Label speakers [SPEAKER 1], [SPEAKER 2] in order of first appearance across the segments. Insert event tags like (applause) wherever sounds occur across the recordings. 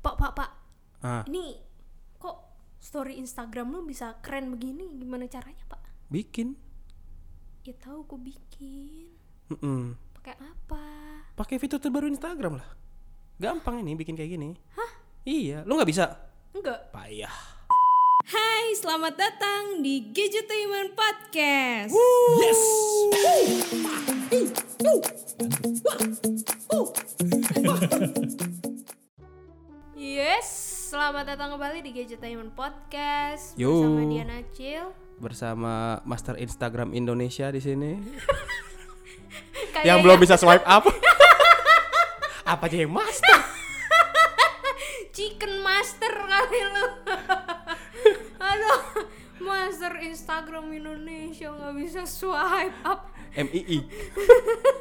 [SPEAKER 1] pak pak
[SPEAKER 2] Ah,
[SPEAKER 1] ini kok story Instagram lu bisa keren begini gimana caranya pak
[SPEAKER 2] bikin.
[SPEAKER 1] ya tahu gue bikin
[SPEAKER 2] Mm-mm.
[SPEAKER 1] pakai apa
[SPEAKER 2] Pakai fitur terbaru Instagram lah. Gampang ini bikin kayak gini. Iya, lu nggak bisa.
[SPEAKER 1] enggak
[SPEAKER 2] Payah.
[SPEAKER 1] Hai, selamat datang di Gadgetainment Podcast.
[SPEAKER 2] Yes.
[SPEAKER 1] Yes, selamat datang kembali di Gadgetainment Podcast
[SPEAKER 2] Yo.
[SPEAKER 1] bersama Diana Cil.
[SPEAKER 2] Bersama Master Instagram Indonesia di sini.
[SPEAKER 1] Kayaknya
[SPEAKER 2] yang belum bisa swipe up. (laughs) Apa aja yang master?
[SPEAKER 1] Chicken Master kali lu. (laughs) Aduh, Master Instagram Indonesia nggak bisa swipe up. (laughs)
[SPEAKER 2] MII.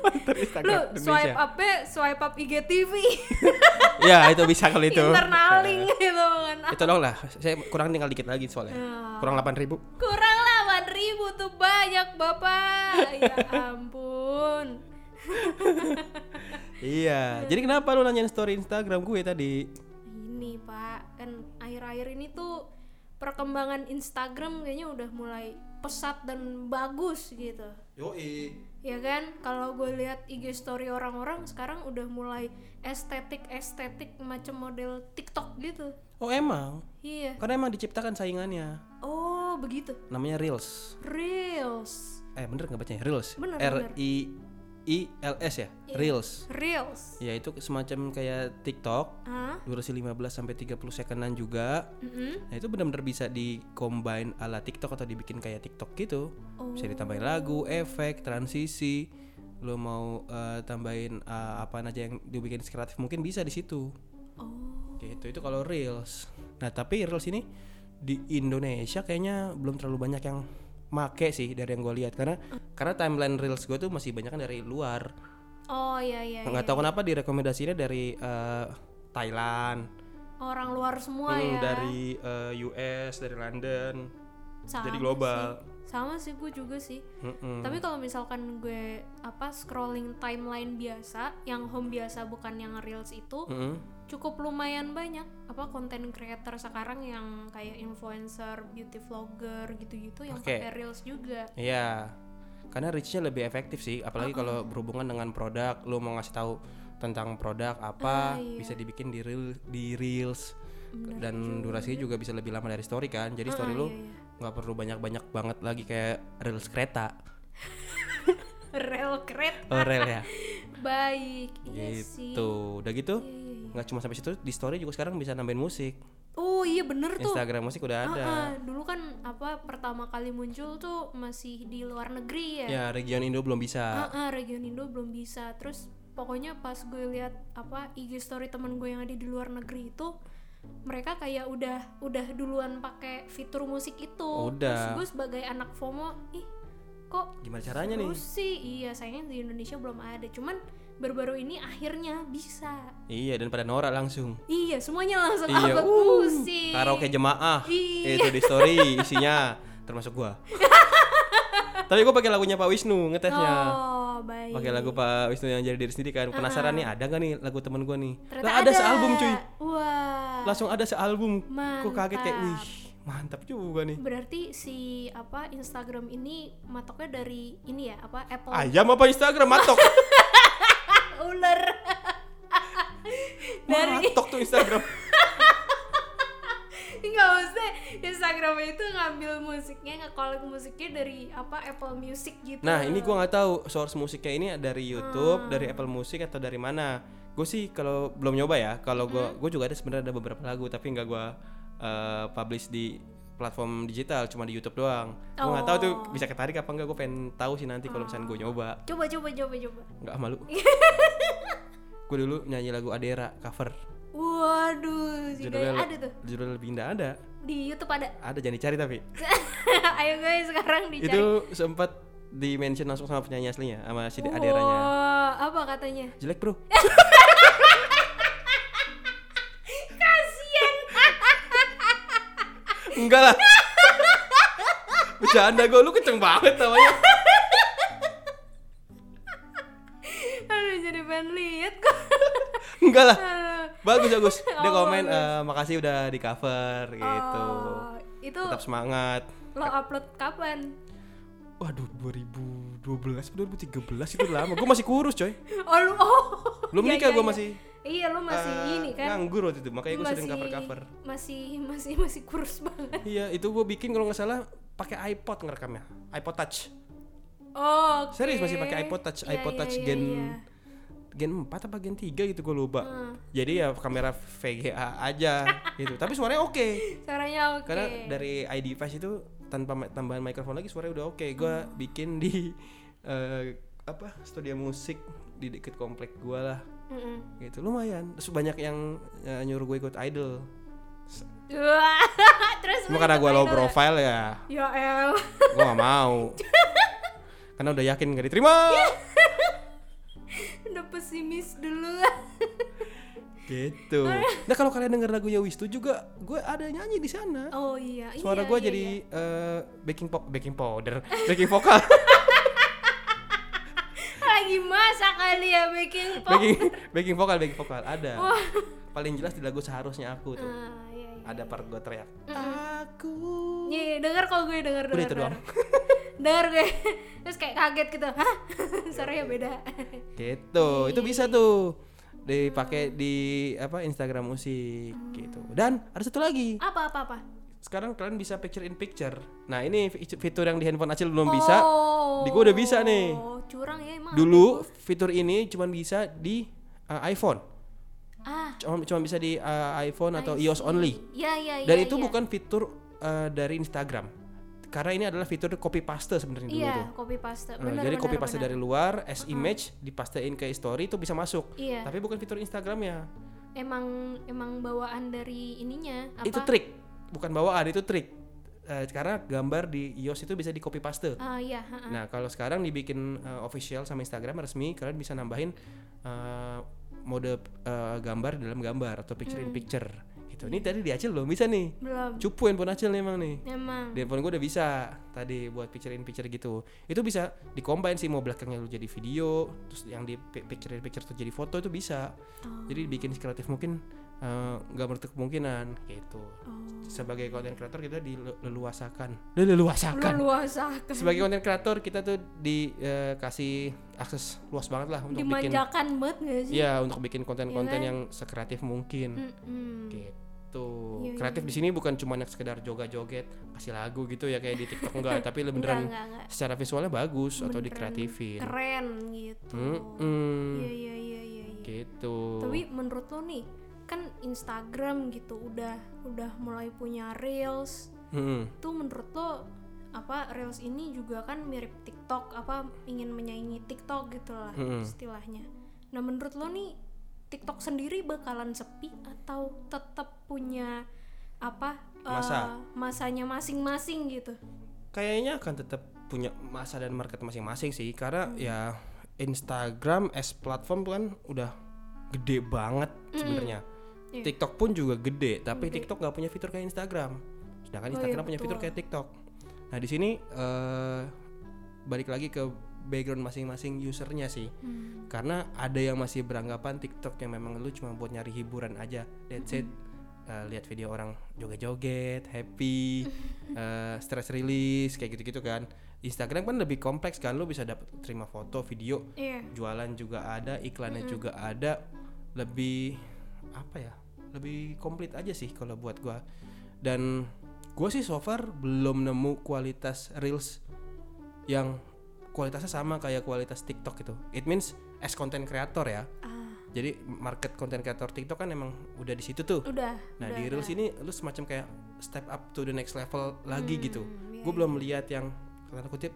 [SPEAKER 2] Master
[SPEAKER 1] Lu
[SPEAKER 2] Instagram
[SPEAKER 1] swipe
[SPEAKER 2] Indonesia.
[SPEAKER 1] up swipe up IGTV.
[SPEAKER 2] Ya, itu bisa kalau itu.
[SPEAKER 1] Internaling gitu kan.
[SPEAKER 2] itu dong lah saya kurang tinggal dikit lagi soalnya
[SPEAKER 1] Iya.
[SPEAKER 2] kurang 8000 ribu
[SPEAKER 1] Kurang 8 ribu tuh banyak bapak Ya ampun
[SPEAKER 2] iya jadi kenapa lu nanyain story instagram gue tadi
[SPEAKER 1] Ini pak kan akhir-akhir ini tuh Perkembangan Instagram kayaknya udah mulai pesat dan bagus gitu
[SPEAKER 2] yoi
[SPEAKER 1] Ya kan kalau gue lihat IG story orang-orang sekarang udah mulai estetik-estetik macam model TikTok gitu
[SPEAKER 2] oh emang
[SPEAKER 1] Iya
[SPEAKER 2] karena emang diciptakan saingannya
[SPEAKER 1] Oh begitu
[SPEAKER 2] namanya reels
[SPEAKER 1] Reels
[SPEAKER 2] eh bener nggak bacanya reels
[SPEAKER 1] Bener,
[SPEAKER 2] r
[SPEAKER 1] bener.
[SPEAKER 2] i i l s ya reels
[SPEAKER 1] Reels
[SPEAKER 2] ya itu semacam kayak tiktok
[SPEAKER 1] Hah?
[SPEAKER 2] durasi 15 sampai 30 secondan juga
[SPEAKER 1] Mm-mm.
[SPEAKER 2] Nah itu benar-benar bisa di combine ala TikTok atau dibikin kayak TikTok gitu. Bisa ditambahin lagu, efek, transisi. Lo mau eh, tambahin eh, apaan aja yang dibikin kreatif mungkin bisa di situ.
[SPEAKER 1] Oh
[SPEAKER 2] Gitu itu kalau reels. Nah tapi reels ini di Indonesia kayaknya belum terlalu banyak yang make sih dari yang gue lihat karena karena timeline reels gue tuh masih banyak kan dari luar.
[SPEAKER 1] Oh iya iya
[SPEAKER 2] Nggak tahu kenapa direkomendasinya dari eh, Thailand,
[SPEAKER 1] orang luar semua
[SPEAKER 2] hmm,
[SPEAKER 1] ya
[SPEAKER 2] dari eh, US, dari London.
[SPEAKER 1] sama
[SPEAKER 2] jadi global. Mm.
[SPEAKER 1] sih. sama sih gue juga sih
[SPEAKER 2] Mm-mm.
[SPEAKER 1] tapi kalau misalkan gue apa scrolling timeline biasa yang home biasa bukan yang reels itu
[SPEAKER 2] Mm-mm.
[SPEAKER 1] cukup lumayan banyak apa konten creator sekarang yang kayak influencer beauty vlogger gitu-gitu yang
[SPEAKER 2] Oke.
[SPEAKER 1] pakai reels juga (laughs)
[SPEAKER 2] Iya. Karena reach-nya lebih efektif sih, apalagi kalau berhubungan dengan produk, lu mau ngasih tahu tentang produk
[SPEAKER 1] Ah,
[SPEAKER 2] apa,
[SPEAKER 1] iya.
[SPEAKER 2] bisa dibikin di reel di reels.
[SPEAKER 1] Bener
[SPEAKER 2] Dan durasinya juga bisa lebih lama dari story kan. Jadi
[SPEAKER 1] Ah,
[SPEAKER 2] story lu
[SPEAKER 1] iya,
[SPEAKER 2] nggak perlu banyak-banyak banget lagi kayak reels kereta.
[SPEAKER 1] iya. reel kret
[SPEAKER 2] Oh, reel ya.
[SPEAKER 1] baik (laughs) iya sih Iya,
[SPEAKER 2] gitu. Udah gitu
[SPEAKER 1] iya, iya.
[SPEAKER 2] nggak cuma sampai situ, di story juga sekarang bisa nambahin musik.
[SPEAKER 1] oh iya bener tuh
[SPEAKER 2] Instagram musik udah ada.
[SPEAKER 1] Ah, ah. dulu kan apa pertama kali muncul tuh masih di luar negeri ya
[SPEAKER 2] Ya, region Indo belum
[SPEAKER 1] Ah,
[SPEAKER 2] bisa.
[SPEAKER 1] ah, region Indo belum bisa. Terus pokoknya pas gue lihat apa IG story temen gue yang ada di luar negeri itu mereka kayak udah udah duluan pakai fitur musik itu. Terus
[SPEAKER 2] Udah.
[SPEAKER 1] gue sebagai anak FOMO, ih kok
[SPEAKER 2] Gimana caranya nih?
[SPEAKER 1] Ah, terus sih? Iya, sayangnya di Indonesia belum ada. Cuman baru-baru ini akhirnya bisa.
[SPEAKER 2] Iya, dan pada norak langsung.
[SPEAKER 1] Iya, semuanya langsung
[SPEAKER 2] Iya,
[SPEAKER 1] upload
[SPEAKER 2] uh,
[SPEAKER 1] musik.
[SPEAKER 2] karaoke jemaah
[SPEAKER 1] Iya.
[SPEAKER 2] itu di story isinya termasuk
[SPEAKER 1] (laughs)
[SPEAKER 2] gua tapi gua pakai lagunya Pak Wisnu ngetesnya
[SPEAKER 1] Oh, baik.
[SPEAKER 2] Iya. pakai lagu Pak Wisnu yang jadi diri sendiri kan penasaran nih ada gak nih lagu temen gua nih
[SPEAKER 1] Ternyata
[SPEAKER 2] Lah, ada, sealbum cuy
[SPEAKER 1] Wah.
[SPEAKER 2] langsung ada sealbum Gua kaget kayak
[SPEAKER 1] Mantap.
[SPEAKER 2] wih mantap juga nih
[SPEAKER 1] Berarti si apa Instagram ini matoknya dari ini ya apa Apple
[SPEAKER 2] ayam apa Instagram matok
[SPEAKER 1] ular (laughs) dari
[SPEAKER 2] matok tuh Instagram
[SPEAKER 1] (laughs) nggak maksudnya Instagram itu ngambil musiknya ngekolek musiknya dari apa Apple Music gitu.
[SPEAKER 2] nah ini gua nggak tahu source musiknya ini dari YouTube dari Apple Music atau dari mana gue sih kalau belum nyoba ya kalau gua gua juga ada sebenarnya ada beberapa lagu tapi nggak gua eh, publish di platform digital cuma di YouTube doang gue nggak tahu tuh bisa ketarik apa enggak gue pengen tahu sih nanti kalau misalnya gue nyoba
[SPEAKER 1] Coba coba coba coba.
[SPEAKER 2] nggak malu gue dulu nyanyi lagu Adera cover
[SPEAKER 1] Waduh, si
[SPEAKER 2] judulnya
[SPEAKER 1] Dai- ada tuh
[SPEAKER 2] judulnya lebih indah ada
[SPEAKER 1] di YouTube ada. (laughs)
[SPEAKER 2] ada jangan dicari tapi
[SPEAKER 1] Ayo guys sekarang dicari.
[SPEAKER 2] itu sempat di mention langsung sama penyanyi aslinya sama si
[SPEAKER 1] Wah,
[SPEAKER 2] Aderanya
[SPEAKER 1] apa katanya? (laughs)
[SPEAKER 2] jelek bro
[SPEAKER 1] Kasian. (laughs)
[SPEAKER 2] Enggak lah. Bercanda gue, lu kenceng banget namanya.
[SPEAKER 1] Aduh jadi pengen lihat kok. (laughs)
[SPEAKER 2] Enggak lah. bagus bagus dia
[SPEAKER 1] Oh,
[SPEAKER 2] komen
[SPEAKER 1] bagus.
[SPEAKER 2] eh, makasih udah di cover gitu
[SPEAKER 1] Oh, itu
[SPEAKER 2] tetap semangat
[SPEAKER 1] lo upload kapan?
[SPEAKER 2] waduh 2012 atau 2013 itu lama gue masih kurus coy
[SPEAKER 1] Oh, lu, oh.
[SPEAKER 2] belum
[SPEAKER 1] Iya,
[SPEAKER 2] nikah
[SPEAKER 1] iya,
[SPEAKER 2] gue
[SPEAKER 1] iya.
[SPEAKER 2] masih
[SPEAKER 1] Iya, lu masih
[SPEAKER 2] eh,
[SPEAKER 1] ini kan.
[SPEAKER 2] nganggur waktu itu makanya gue sering
[SPEAKER 1] Masih-
[SPEAKER 2] cover cover
[SPEAKER 1] Masih masih masih kurus banget.
[SPEAKER 2] iya itu gue bikin kalau nggak salah pakai iPod ngerekamnya iPod Touch
[SPEAKER 1] Oh, oke.
[SPEAKER 2] serius masih pakai iPod Touch
[SPEAKER 1] Iya,
[SPEAKER 2] iPod
[SPEAKER 1] iya,
[SPEAKER 2] Touch
[SPEAKER 1] iya,
[SPEAKER 2] gen
[SPEAKER 1] iya.
[SPEAKER 2] gen 4 apa gen 3 gitu gue lupa
[SPEAKER 1] Hmm.
[SPEAKER 2] jadi ya kamera VGA aja
[SPEAKER 1] (laughs)
[SPEAKER 2] gitu tapi suaranya oke
[SPEAKER 1] Suaranya oke.
[SPEAKER 2] karena dari ID device itu tanpa ma- tambahan mikrofon lagi suaranya udah oke gua
[SPEAKER 1] Hmm.
[SPEAKER 2] bikin di eh, apa studio musik di deket komplek gua lah
[SPEAKER 1] Mm-mm. (laughs)
[SPEAKER 2] gitu lumayan terus banyak yang eh, nyuruh gue ikut idol
[SPEAKER 1] Wah, Terus lu
[SPEAKER 2] cuma karena
[SPEAKER 1] Nah, ikut
[SPEAKER 2] gua
[SPEAKER 1] idol
[SPEAKER 2] low
[SPEAKER 1] nggak?
[SPEAKER 2] profile ya
[SPEAKER 1] Ya el. (laughs)
[SPEAKER 2] gua gak mau karena udah yakin gak diterima
[SPEAKER 1] Ya, Udah pesimis dulu.
[SPEAKER 2] gitu
[SPEAKER 1] Oh, iya.
[SPEAKER 2] nah kalau kalian denger lagunya Wistu juga gue ada nyanyi di sana
[SPEAKER 1] Oh iya. iya,
[SPEAKER 2] suara gue
[SPEAKER 1] iya,
[SPEAKER 2] jadi
[SPEAKER 1] iya.
[SPEAKER 2] eh, baking po baking powder (laughs) baking
[SPEAKER 1] (laughs)
[SPEAKER 2] vokal
[SPEAKER 1] lagi masak kali ya baking pop.
[SPEAKER 2] baking baking vokal baking vokal ada paling jelas di lagu seharusnya aku tuh
[SPEAKER 1] Ah, iya, iya.
[SPEAKER 2] ada part gue teriak aku
[SPEAKER 1] Nih, denger kok gue denger
[SPEAKER 2] udah
[SPEAKER 1] denger.
[SPEAKER 2] itu doang (laughs)
[SPEAKER 1] (laughs) denger. Denger gue. Terus kayak kaget gitu. Hah? (laughs) Suaranya beda.
[SPEAKER 2] gitu itu bisa tuh dipakai di apa Instagram musik gitu dan ada satu lagi
[SPEAKER 1] Apa apa apa?
[SPEAKER 2] sekarang kalian bisa picture in picture nah ini fi- fitur yang di handphone Acil belum bisa
[SPEAKER 1] Oh.
[SPEAKER 2] Di gue udah bisa nih.
[SPEAKER 1] Oh, curang ya emang.
[SPEAKER 2] dulu fitur ini cuman bisa di uh, iPhone
[SPEAKER 1] Ah,
[SPEAKER 2] cuma cuma bisa di uh, iPhone atau iOS only
[SPEAKER 1] ya ya ya.
[SPEAKER 2] Dan itu
[SPEAKER 1] ya.
[SPEAKER 2] bukan fitur eh, dari Instagram. Karena ini adalah fitur copy paste sebenarnya dulu
[SPEAKER 1] Iya,
[SPEAKER 2] tuh.
[SPEAKER 1] copy paste.
[SPEAKER 2] Nah,
[SPEAKER 1] Benar.
[SPEAKER 2] jadi
[SPEAKER 1] benar,
[SPEAKER 2] copy paste
[SPEAKER 1] benar.
[SPEAKER 2] dari luar as image dipastein ke story itu bisa masuk.
[SPEAKER 1] Iya.
[SPEAKER 2] Tapi bukan fitur Instagram ya.
[SPEAKER 1] Emang emang bawaan dari ininya apa?
[SPEAKER 2] Itu trik. Bukan bawaan, itu trik. Eh, karena gambar di iOS itu bisa di copy paste.
[SPEAKER 1] Ah, iya, ha-ha.
[SPEAKER 2] Nah, kalau sekarang dibikin eh, official sama Instagram resmi, kalian bisa nambahin eh, mode eh, gambar dalam gambar atau picture
[SPEAKER 1] Hmm.
[SPEAKER 2] in picture gitu.
[SPEAKER 1] Iya.
[SPEAKER 2] Ini tadi di Acil belum bisa nih.
[SPEAKER 1] Belum.
[SPEAKER 2] Cupu handphone Acil nih emang nih.
[SPEAKER 1] Emang.
[SPEAKER 2] di handphone gue udah bisa tadi buat picture in picture gitu itu bisa dikombin sih mau belakangnya lu jadi video terus yang di pi- picture in picture tuh jadi foto itu bisa
[SPEAKER 1] Oh.
[SPEAKER 2] jadi bikin kreatif mungkin eh, nggak menutup kemungkinan gitu
[SPEAKER 1] Oh.
[SPEAKER 2] sebagai content creator kita dileluasakan dileluasakan
[SPEAKER 1] Lu luasa
[SPEAKER 2] sebagai content creator kita tuh dikasih akses luas banget lah untuk bikin
[SPEAKER 1] dimanjakan banget gak sih?
[SPEAKER 2] ya untuk bikin konten-konten
[SPEAKER 1] Iya kan?
[SPEAKER 2] yang sekreatif mungkin
[SPEAKER 1] Mm-mm.
[SPEAKER 2] gitu
[SPEAKER 1] Iya, iya,
[SPEAKER 2] kreatif di sini bukan cuma yang sekedar joget-joget kasih lagu gitu ya kayak di TikTok
[SPEAKER 1] (laughs)
[SPEAKER 2] enggak tapi lu
[SPEAKER 1] Enggak,
[SPEAKER 2] beneran
[SPEAKER 1] enggak, enggak.
[SPEAKER 2] secara visualnya bagus atau
[SPEAKER 1] Beneran
[SPEAKER 2] dikreatifin
[SPEAKER 1] Keren gitu.
[SPEAKER 2] Mm-mm.
[SPEAKER 1] Iya, iya, iya, iya. iya.
[SPEAKER 2] gitu
[SPEAKER 1] Tapi menurut lo nih, kan Instagram gitu udah udah mulai punya reels.
[SPEAKER 2] Mm-mm.
[SPEAKER 1] Tuh menurut lo apa reels ini juga kan mirip TikTok apa ingin menyaingi TikTok gitu lah
[SPEAKER 2] Mm-mm.
[SPEAKER 1] istilahnya. Nah, menurut lo nih TikTok sendiri bakalan sepi atau tetap punya apa eh,
[SPEAKER 2] Masa.
[SPEAKER 1] masanya masing-masing gitu?
[SPEAKER 2] kayaknya akan tetap punya masa dan market masing-masing sih karena
[SPEAKER 1] Hmm.
[SPEAKER 2] ya Instagram as platform tuh kan udah gede banget sebenarnya
[SPEAKER 1] Hmm. Iya.
[SPEAKER 2] TikTok pun juga gede tapi TikTok nggak punya fitur kayak Instagram
[SPEAKER 1] Oh
[SPEAKER 2] sedangkan
[SPEAKER 1] iya,
[SPEAKER 2] Instagram punya fitur
[SPEAKER 1] betul.
[SPEAKER 2] kayak TikTok nah di sini eh, balik lagi ke background masing-masing usernya sih
[SPEAKER 1] Hmm.
[SPEAKER 2] karena ada yang masih beranggapan TikTok yang memang lu cuma buat nyari hiburan aja that's it Eh, lihat video orang joget-joget happy eh, stress release kayak gitu-gitu kan Instagram kan lebih kompleks kan lu bisa dapat terima foto video
[SPEAKER 1] Iya.
[SPEAKER 2] jualan juga ada iklannya juga ada lebih apa ya lebih komplit aja sih kalau buat gua dan gua sih so far belum nemu kualitas reels yang kualitasnya sama kayak kualitas TikTok gitu it means as content creator ya
[SPEAKER 1] Ah,
[SPEAKER 2] jadi market content creator TikTok kan emang udah di situ tuh
[SPEAKER 1] udah.
[SPEAKER 2] nah
[SPEAKER 1] udah,
[SPEAKER 2] di reels
[SPEAKER 1] udah.
[SPEAKER 2] ini lu semacam kayak step up to the next level lagi
[SPEAKER 1] Hmm,
[SPEAKER 2] gitu
[SPEAKER 1] iya,
[SPEAKER 2] gue belum melihat yang kata kutip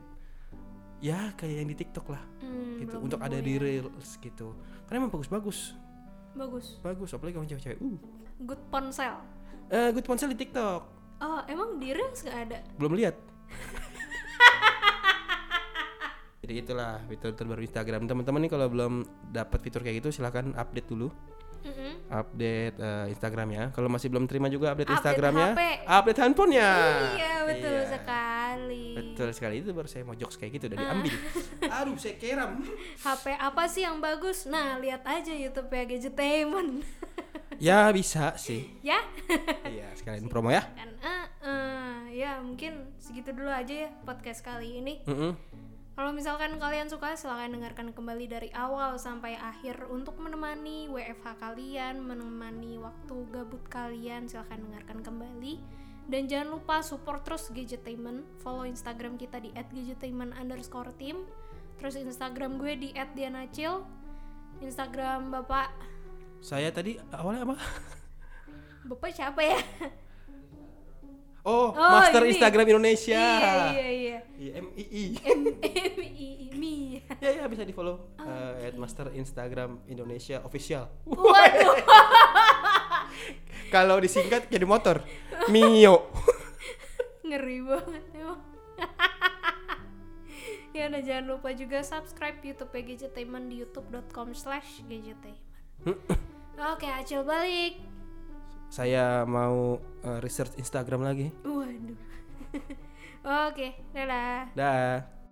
[SPEAKER 2] ya kayak yang di TikTok lah
[SPEAKER 1] Hmm,
[SPEAKER 2] gitu
[SPEAKER 1] belum
[SPEAKER 2] untuk
[SPEAKER 1] nemu
[SPEAKER 2] ada di
[SPEAKER 1] ya.
[SPEAKER 2] reels gitu karena emang bagus-bagus
[SPEAKER 1] Bagus.
[SPEAKER 2] bagus apalagi kamu cewek-cewek uh
[SPEAKER 1] Good ponsel.
[SPEAKER 2] Eh, good ponsel di TikTok
[SPEAKER 1] Oh, emang di reels nggak ada?
[SPEAKER 2] belum lihat (laughs) jadi itulah fitur terbaru Instagram teman-teman nih kalau belum dapat fitur kayak gitu silahkan update dulu
[SPEAKER 1] Mm-mm.
[SPEAKER 2] update eh, Instagramnya kalau masih belum terima juga update,
[SPEAKER 1] Update
[SPEAKER 2] Instagramnya
[SPEAKER 1] HP.
[SPEAKER 2] update handphonenya
[SPEAKER 1] iya betul
[SPEAKER 2] Iya.
[SPEAKER 1] sekali.
[SPEAKER 2] betul sekali itu baru saya mau jokes kayak gitu udah
[SPEAKER 1] Ah. (laughs)
[SPEAKER 2] diambil aduh saya keram
[SPEAKER 1] HP apa sih yang bagus? Nah, lihat aja YouTube ya Gadgetainment. (laughs)
[SPEAKER 2] Ya bisa sih.
[SPEAKER 1] ya
[SPEAKER 2] Iya, sekalian promo ya.
[SPEAKER 1] kan eh, eh, ya mungkin segitu dulu aja ya podcast kali ini
[SPEAKER 2] Mm-mm.
[SPEAKER 1] Kalau misalkan kalian suka, silahkan dengarkan kembali dari awal sampai akhir untuk menemani WFH kalian, menemani waktu gabut kalian, silahkan dengarkan kembali. Dan jangan lupa support terus Gadgetainment, follow Instagram kita di @gadgetainment underscore team, terus Instagram gue di @dianacil, Instagram bapak,
[SPEAKER 2] Saya tadi awalnya apa?
[SPEAKER 1] bapak siapa ya?
[SPEAKER 2] Oh,
[SPEAKER 1] Oh,
[SPEAKER 2] Master
[SPEAKER 1] ini.
[SPEAKER 2] Instagram Indonesia.
[SPEAKER 1] iya iya iya.
[SPEAKER 2] IMII.
[SPEAKER 1] Mi.
[SPEAKER 2] Ya ya bisa di follow
[SPEAKER 1] Oh,
[SPEAKER 2] eh, at Master Instagram Indonesia official.
[SPEAKER 1] Waduh.
[SPEAKER 2] (laughs) Kalau disingkat jadi motor.
[SPEAKER 1] (laughs)
[SPEAKER 2] Mio.
[SPEAKER 1] ngeri banget emang (laughs) ya dan jangan lupa juga subscribe YouTube ya, Gadgetainment di youtube.com slash gadgetainment oke acil balik
[SPEAKER 2] Saya mau
[SPEAKER 1] (laughs)
[SPEAKER 2] eh, research Instagram lagi.
[SPEAKER 1] waduh oke dadah
[SPEAKER 2] Dah.